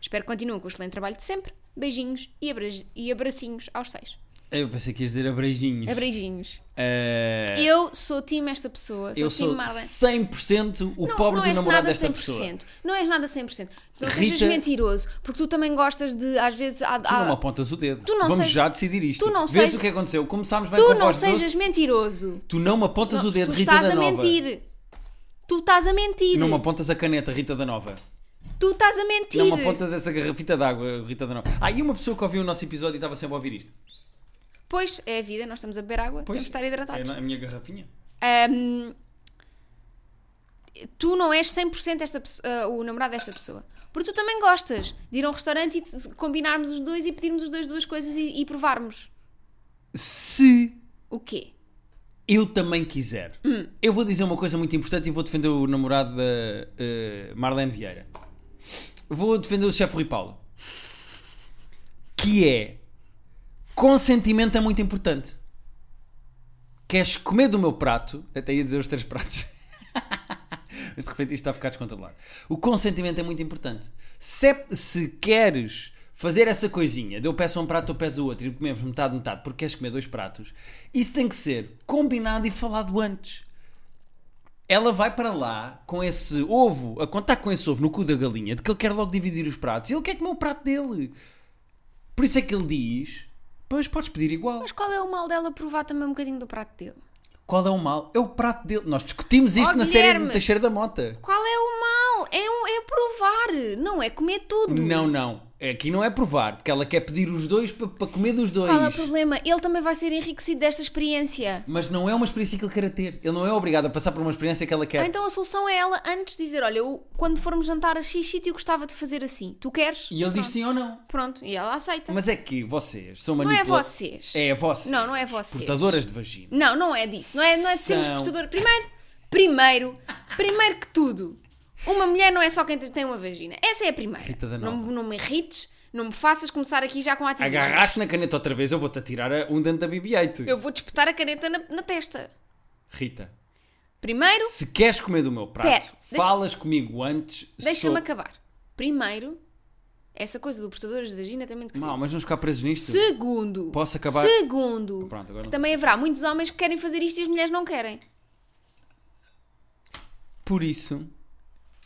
A: Espero que continuem com o excelente trabalho de sempre. Beijinhos e, abra e abracinhos aos seis.
B: Eu pensei que ias dizer abrejinhos.
A: Abraijinhos.
B: Eh,
A: Eu sou time esta pessoa. Sou assim,
B: eu
A: time
B: sou
A: Marlene.
B: 100% o pobre do
A: és nada
B: namorado desta pessoa.
A: Não és nada 100%. Não sejas
B: Rita-
A: mentiroso, porque tu também gostas de, às vezes, há-
B: Tu não
A: há-
B: me apontas o dedo.
A: Ah, Tu não
B: Vamos
A: sejas-
B: já decidir isto.
A: tu não
B: Vês
A: sejas-
B: o que aconteceu. Começámos bem
A: Tu
B: é com a
A: não
B: voz doce.
A: sejas mentiroso.
B: Tu não me apontas
A: Não,
B: o dedo,
A: tu
B: Rita
A: estás
B: da
A: a
B: Nova.
A: mentir. Tu estás a mentir.
B: Não me apontas a caneta, Rita da Nova.
A: Tu estás a mentir.
B: Não me apontas essa garrafita de água, Rita da Nova. Ah, e uma pessoa que ouviu o nosso episódio e estava sempre a ouvir isto.
A: Pois, é a vida, nós estamos a beber água,
B: Pois,
A: temos de estar hidratados.
B: É a minha garrafinha.
A: Ahm, tu não és 100% esta pesso- ah, o namorado desta pessoa. Porque tu também gostas de ir a um restaurante e de- combinarmos os dois e pedirmos os dois duas coisas e, e provarmos.
B: Se
A: O quê?
B: eu também quiser,
A: Hum.
B: eu vou dizer uma coisa muito importante e vou defender o namorado da eh, Marlene Vieira. Vou defender o chefe Rui Paulo. Que é consentimento é muito importante. Queres comer do meu prato? Até ia dizer os três pratos. [LAUGHS] Mas de repente isto está a ficar descontrolado. O consentimento é muito importante. Se, é- se queres fazer essa coisinha, de eu peço um prato, tu pedes o outro e comemos metade, metade, porque queres comer dois pratos, isso tem que ser combinado e falado antes. Ela vai para lá com esse ovo, a contar com esse ovo no cu da galinha, de que ele quer logo dividir os pratos e ele quer comer o prato dele. Por isso é que ele diz: Pois podes pedir igual.
A: Mas qual é o mal dela provar também um bocadinho do prato dele?
B: Qual é o mal? É o prato dele. Nós discutimos isto
A: Oh,
B: na série de
A: Guilherme!
B: Teixeira da Mota.
A: Qual é o mal? É, um- é provar, não é comer tudo.
B: Não, não. Aqui não é provar, porque ela quer pedir os dois para comer dos dois.
A: Qual é o problema? Ele também vai ser enriquecido desta experiência.
B: Mas não é uma experiência que ele queira ter. Ele não é obrigado a passar por uma experiência que ela quer.
A: Então a solução é ela antes dizer: Olha, eu, quando formos jantar a X sítio, gostava de fazer assim. Tu queres?
B: E ele
A: Pronto.
B: diz sim ou não.
A: Pronto, e ela aceita.
B: Mas é que vocês são
A: Então. não é
B: manipuladoras.
A: vocês.
B: É vocês.
A: Não, não é vocês.
B: Portadoras de vagina.
A: Não, não é disso. Não é, não é de sermos
B: São.
A: portador. Primeiro, primeiro, primeiro que tudo, uma mulher não é só quem tem uma vagina. Essa é a primeira.
B: Rita da
A: não,
B: Nova.
A: me- não me irrites, não me faças começar aqui já com ativismo.
B: Agarraste na caneta outra vez, eu vou-te atirar a- um dente da BB-8.
A: Eu vou despetar a caneta na, na testa.
B: Rita,
A: Primeiro,
B: se queres comer do meu prato,
A: Pera, deixa-
B: falas comigo antes.
A: deixa-me
B: sou-
A: acabar. Primeiro, essa coisa do portadores de vagina também tem que
B: Mal,
A: ser.
B: mas vamos ficar presos nisto.
A: Segundo,
B: Posso acabar?
A: Segundo,
B: Pronto, agora não-
A: também haverá muitos homens que querem fazer isto e as mulheres não querem.
B: Por isso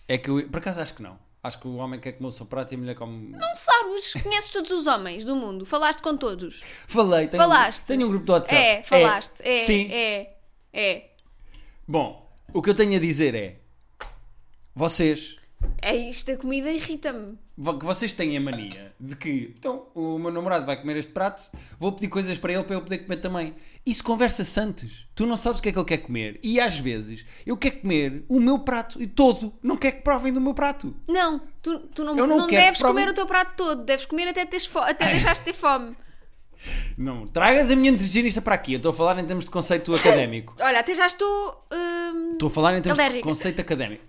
B: é que eu. Por acaso acho que não. Acho que o homem quer comer o seu prato e a mulher come.
A: Não sabes, conheces todos os homens do mundo, falaste com todos.
B: Falei, tenho,
A: Falaste.
B: Um, tenho um grupo de WhatsApp.
A: É, falaste. É,
B: Sim.
A: é, é.
B: Bom, o que eu tenho a dizer é. Vocês.
A: É isto, a comida irrita-me.
B: vo- Que vocês têm a mania de que. Então, o meu namorado vai comer este prato, vou pedir coisas para ele para eu poder comer também. Isso conversa-se antes. Tu não sabes o que é que ele quer comer. E às vezes, eu quero comer o meu prato e todo. Não quero que provem do meu prato.
A: Não, tu, tu não,
B: Eu não
A: não
B: quero,
A: deves
B: prova-
A: comer o teu prato todo, deves comer até, teres fo- até deixares de ter fome.
B: Não, tragas a minha nutricionista para aqui. Eu estou a falar em termos de conceito académico.
A: Olha, até já estou. hum,
B: Estou a falar em termos de
A: Alérgica.
B: conceito académico.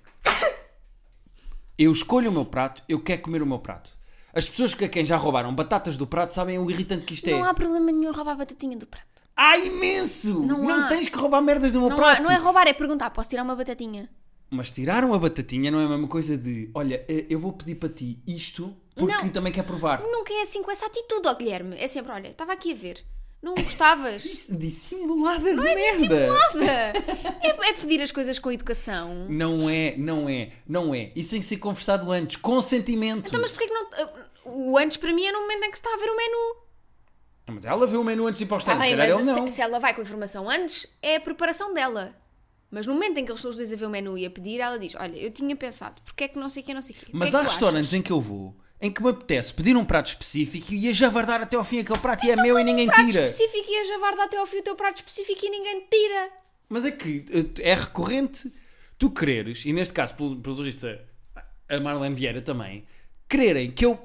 B: Eu escolho o meu prato, eu quero comer o meu prato. As pessoas que a quem já roubaram batatas do prato sabem o irritante que isto é.
A: Não há problema nenhum em roubar a batatinha do prato.
B: Há imenso! Não,
A: Não há.
B: tens que roubar merdas do meu
A: Não, há-
B: prato.
A: não é roubar, é perguntar: posso tirar uma batatinha?
B: Mas tiraram a batatinha não é a mesma coisa de olha, eh, eu vou pedir para ti isto Porque
A: Não.
B: também quer provar.
A: Nunca é assim com essa atitude, ó Guilherme. É sempre, olha, estava aqui a ver. Não gostavas?
B: Isso, dissimulada
A: é
B: não de merda.
A: Nada. É, é pedir as coisas com educação.
B: Não é, não é, não é. Isso tem que ser conversado antes, com sentimento.
A: Então, mas porquê que não. O antes para mim é no momento em que se está a ver o menu.
B: Mas ela vê o menu antes de ir para o
A: Está
B: stand, se
A: Tá bem,
B: calhar
A: mas
B: ele
A: se,
B: não.
A: se ela vai com a informação antes, é a preparação dela. Mas no momento em que eles estão os dois a ver o menu e a pedir, ela diz: Olha, eu tinha pensado, porque é que não sei o que, não sei o quê.
B: Mas
A: que é
B: há
A: que tu
B: restaurantes
A: achas?"
B: em que eu vou, em que me apetece pedir um prato específico e a javardar até ao fim aquele prato
A: Então,
B: e é meu e ninguém
A: prato
B: tira.
A: específico e a javarda até ao fio o teu prato específico e ninguém te tira.
B: Mas é que eh, é recorrente tu quereres, e neste caso, pelo, pelo visto, a- a Marlene Vieira também, quererem que eu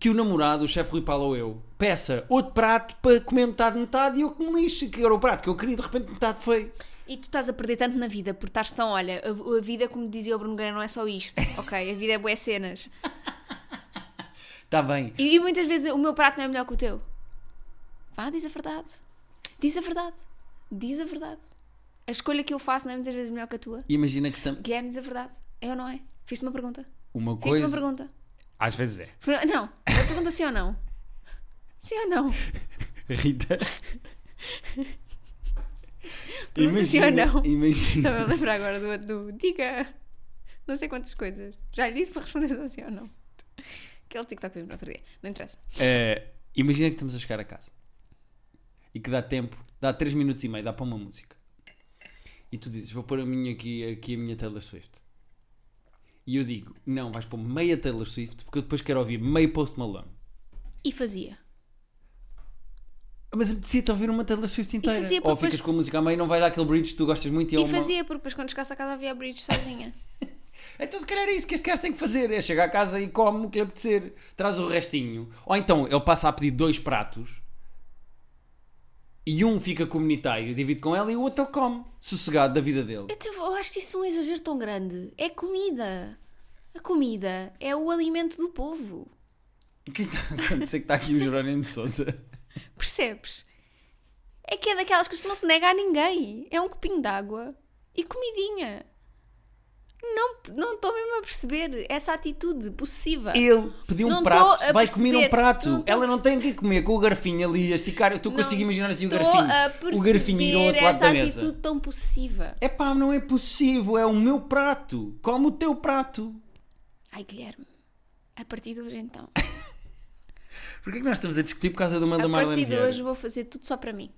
B: que o namorado, o chefe Rui Paulo ou eu, peça outro prato para comer metade, metade e eu que me lixe, que era o prato que eu queria de repente metade foi.
A: E tu estás a perder tanto na vida, porque estás tão, olha, a, a vida, como dizia o Bruno Guerra, não é só isto, ok? A vida é boas cenas.
B: Está Tá bem.
A: E, e muitas vezes o meu prato não é melhor que o teu. Vá, diz a verdade. Diz a verdade. Diz a verdade. A escolha que eu faço não é muitas vezes melhor que a tua.
B: Imagina que tam...
A: Guilherme, diz a verdade. É ou não é? Fiz-te uma pergunta.
B: uma
A: Fiz-te uma
B: coisa.
A: pergunta.
B: Às vezes é.
A: Fer- Não, uma pergunta sim ou não. Sim ou não?
B: Rita.
A: [LAUGHS] Pergunta se eu não. Tá
B: Imagina.
A: Estava a lembrar agora do outro. do Diga! Não sei quantas coisas. Já lhe disse para responder assim ou não. Aquele TikTok que vimos no outro dia. Não interessa.
B: Eh, imagina que estamos a chegar a casa e que dá tempo, dá 3 minutos e meio, dá para uma música. E tu dizes, vou pôr a minha aqui, aqui a minha Taylor Swift. E eu digo, não, vais pôr meia Taylor Swift porque eu depois quero ouvir meio Post Malone.
A: E fazia.
B: Ah, Mas apetecia-te ouvir uma Taylor Swift inteira.
A: fazia
B: Ou
A: é porque
B: ficas com a música à meio não vai dar aquele bridge que tu gostas muito e, é
A: E
B: uma...
A: fazia, porque depois quando chegasse a casa havia a bridge sozinha. [LAUGHS]
B: Então se calhar é isso que este gajo tem que fazer, é chegar a casa e come o que lhe apetecer, traz o restinho. Ou então ele passa a pedir dois pratos e um fica comunitário, divide com ela e o outro ele come, sossegado da vida dele.
A: Eu, te- eu acho isso um exagero tão grande. É comida. A comida é o alimento do povo.
B: O que [LAUGHS] está a acontecer que está aqui o Jerónimo de Souza?
A: Percebes? É que é daquelas coisas que não se nega a ninguém. É um copinho de água e comidinha. Não não estou mesmo a perceber essa atitude possessiva.
B: Ele pediu um
A: Não tô
B: prato,
A: a
B: vai
A: perceber.
B: comer um prato.
A: Não tô a
B: ela não tem o que comer, com o garfinho ali a esticar. Eu estou
A: Não
B: consigo imaginar assim o
A: tô
B: garfinho.
A: a
B: o garfinho ir ao
A: perceber
B: outro lado
A: essa
B: da mesa.
A: atitude tão possessiva.
B: É pá, não é possível, é o meu prato. Come o teu prato.
A: Ai, Guilherme. A partir de hoje então.
B: Porquê é que nós estamos a discutir por causa de uma
A: A
B: da Marlene
A: partir de
B: Vieira?
A: hoje vou fazer tudo só para mim.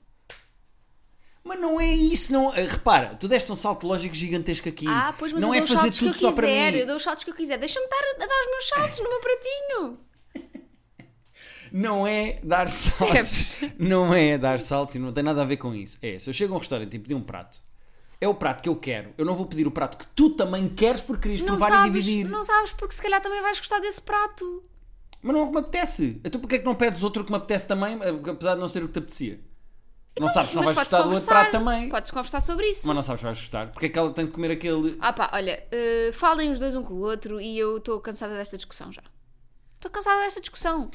B: Mas não é isso, não. eh, Repara, tu deste um salto lógico gigantesco aqui.
A: Ah, pois, mas eu
B: não é
A: dou os
B: fazer
A: saltos que
B: tudo
A: eu
B: só para
A: quiser, eu
B: mim.
A: dou os saltos que eu quiser. Deixa-me estar a- a dar os meus saltos no meu pratinho.
B: Não é
A: [LAUGHS]
B: dar saltos.
A: Percebes?
B: Não é dar saltos e não tem nada a ver com isso. É, se eu chego a um restaurante e pedir um prato, é o prato que eu quero. Eu não vou pedir o prato que tu também queres porque querias
A: Não
B: provar e
A: sabes,
B: dividir.
A: não sabes, porque se calhar também vais gostar desse prato.
B: Mas não é o que me apetece. Então porquê é que não pedes outro que me apetece também, eh, apesar de não ser o que te apetecia? não sabes que não
A: Então, Mas
B: vais
A: podes
B: gostar do outro
A: conversar,
B: prato também.
A: Podes conversar sobre isso.
B: Mas não sabes que vais gostar. Porque é que ela tem de comer aquele.
A: Ah pá, olha, eh, falem os dois um com o outro e eu estou cansada desta discussão já. Estou cansada desta discussão.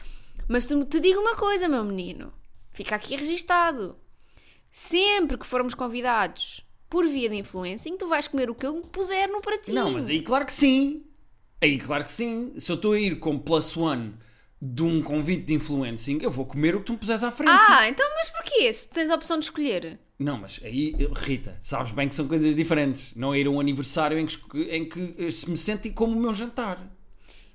A: Mas te, te digo uma coisa, meu menino. Fica aqui registado. Sempre que formos convidados por via de influencing, tu vais comer o que eu me puser no pratinho.
B: Não, mas aí claro que sim. Aí claro que sim. Se eu estou a ir com plus one de um convite de influencing, eu vou comer o que tu me puseres à frente.
A: Ah, então mas porquê? Se tu tens a opção de escolher.
B: Não, mas aí, Rita, sabes bem que são coisas diferentes. Não é ir a um aniversário em que, esco- em que eh, se me sente e como o meu jantar.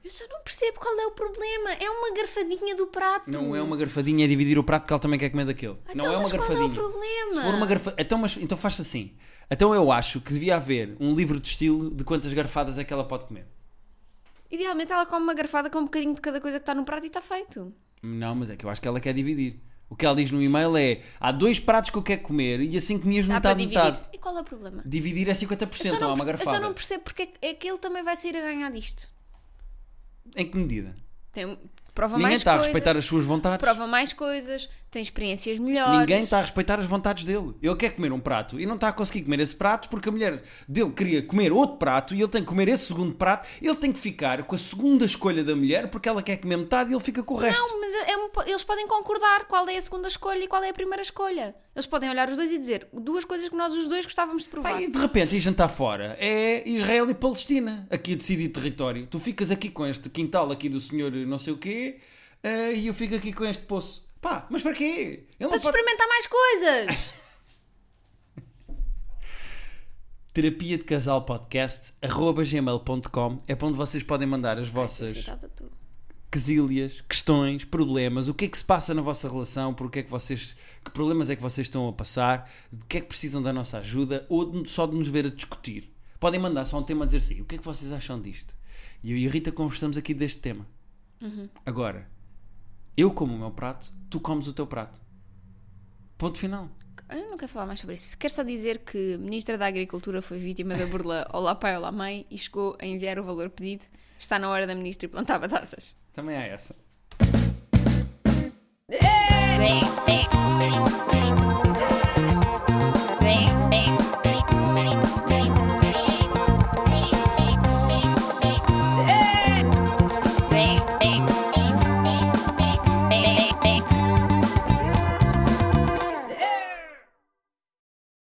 A: Eu só não percebo qual é o problema. É uma garfadinha do prato.
B: Não é uma garfadinha é dividir o prato que ela também quer comer daquele.
A: Ah,
B: não
A: então,
B: é uma
A: mas qual é o
B: garfadinha.
A: problema?
B: Se for uma garfa... então, mas, então faz assim. Então eu acho que devia haver um livro de estilo de quantas garfadas é que ela pode comer.
A: Idealmente ela come uma garfada com um bocadinho de cada coisa que está no prato e está feito.
B: Não, mas é que eu acho que ela quer dividir. O que ela diz no e-mail é: há dois pratos que eu quero comer e assim comias
A: Dá para
B: metade,
A: dividir.
B: metade.
A: E qual é o problema?
B: Dividir é
A: Eu
B: 50%
A: só,
B: ou há
A: não
B: uma
A: perce- eu só
B: garfada.
A: não percebo porque é que- é que ele também vai sair a ganhar disto.
B: Em que medida?
A: Tem, prova
B: Ninguém
A: mais
B: está tá a
A: coisas.
B: respeitar as suas vontades.
A: Prova mais coisas, tem experiências melhores.
B: Ninguém está a respeitar as vontades dele. Ele quer comer um prato e não está a conseguir comer esse prato porque a mulher dele queria comer outro prato e ele tem que comer esse segundo prato. Ele tem que ficar com a segunda escolha da mulher porque ela quer comer metade e ele fica com o resto.
A: Não, mas é- é um po- eles podem concordar qual é a segunda escolha e qual é a primeira escolha. Eles podem olhar os dois e dizer duas coisas que nós os dois gostávamos de provar.
B: Pá, e de repente ir jantar fora é Israel e Palestina, aqui a decidir território. Tu ficas aqui com este quintal aqui do senhor não sei o quê eh, e eu fico aqui com este poço. Pá, mas para quê? Ele não
A: Para se
B: pode-
A: experimentar mais coisas!
B: Terapia de Casal Podcast, arroba gmail.com é para onde vocês podem mandar as vossas
A: Coitada tu.
B: quesilhas, questões, problemas, o que é que se passa na vossa relação, por que é que vocês, que problemas é que vocês estão a passar, de que é que precisam da nossa ajuda ou de- só de nos ver a discutir. Podem mandar só um tema a dizer assim, o que é que vocês acham disto? E eu e a Rita conversamos aqui deste tema. Agora, eu como o meu prato, tu comes o teu prato. Ponto final.
A: Eu não quero falar mais sobre isso. Quero só dizer que a Ministra da Agricultura foi vítima da burla Olá Pai, Olá Mãe e chegou a enviar o valor pedido. Está na hora da Ministra ir plantar batatas.
B: Também há essa.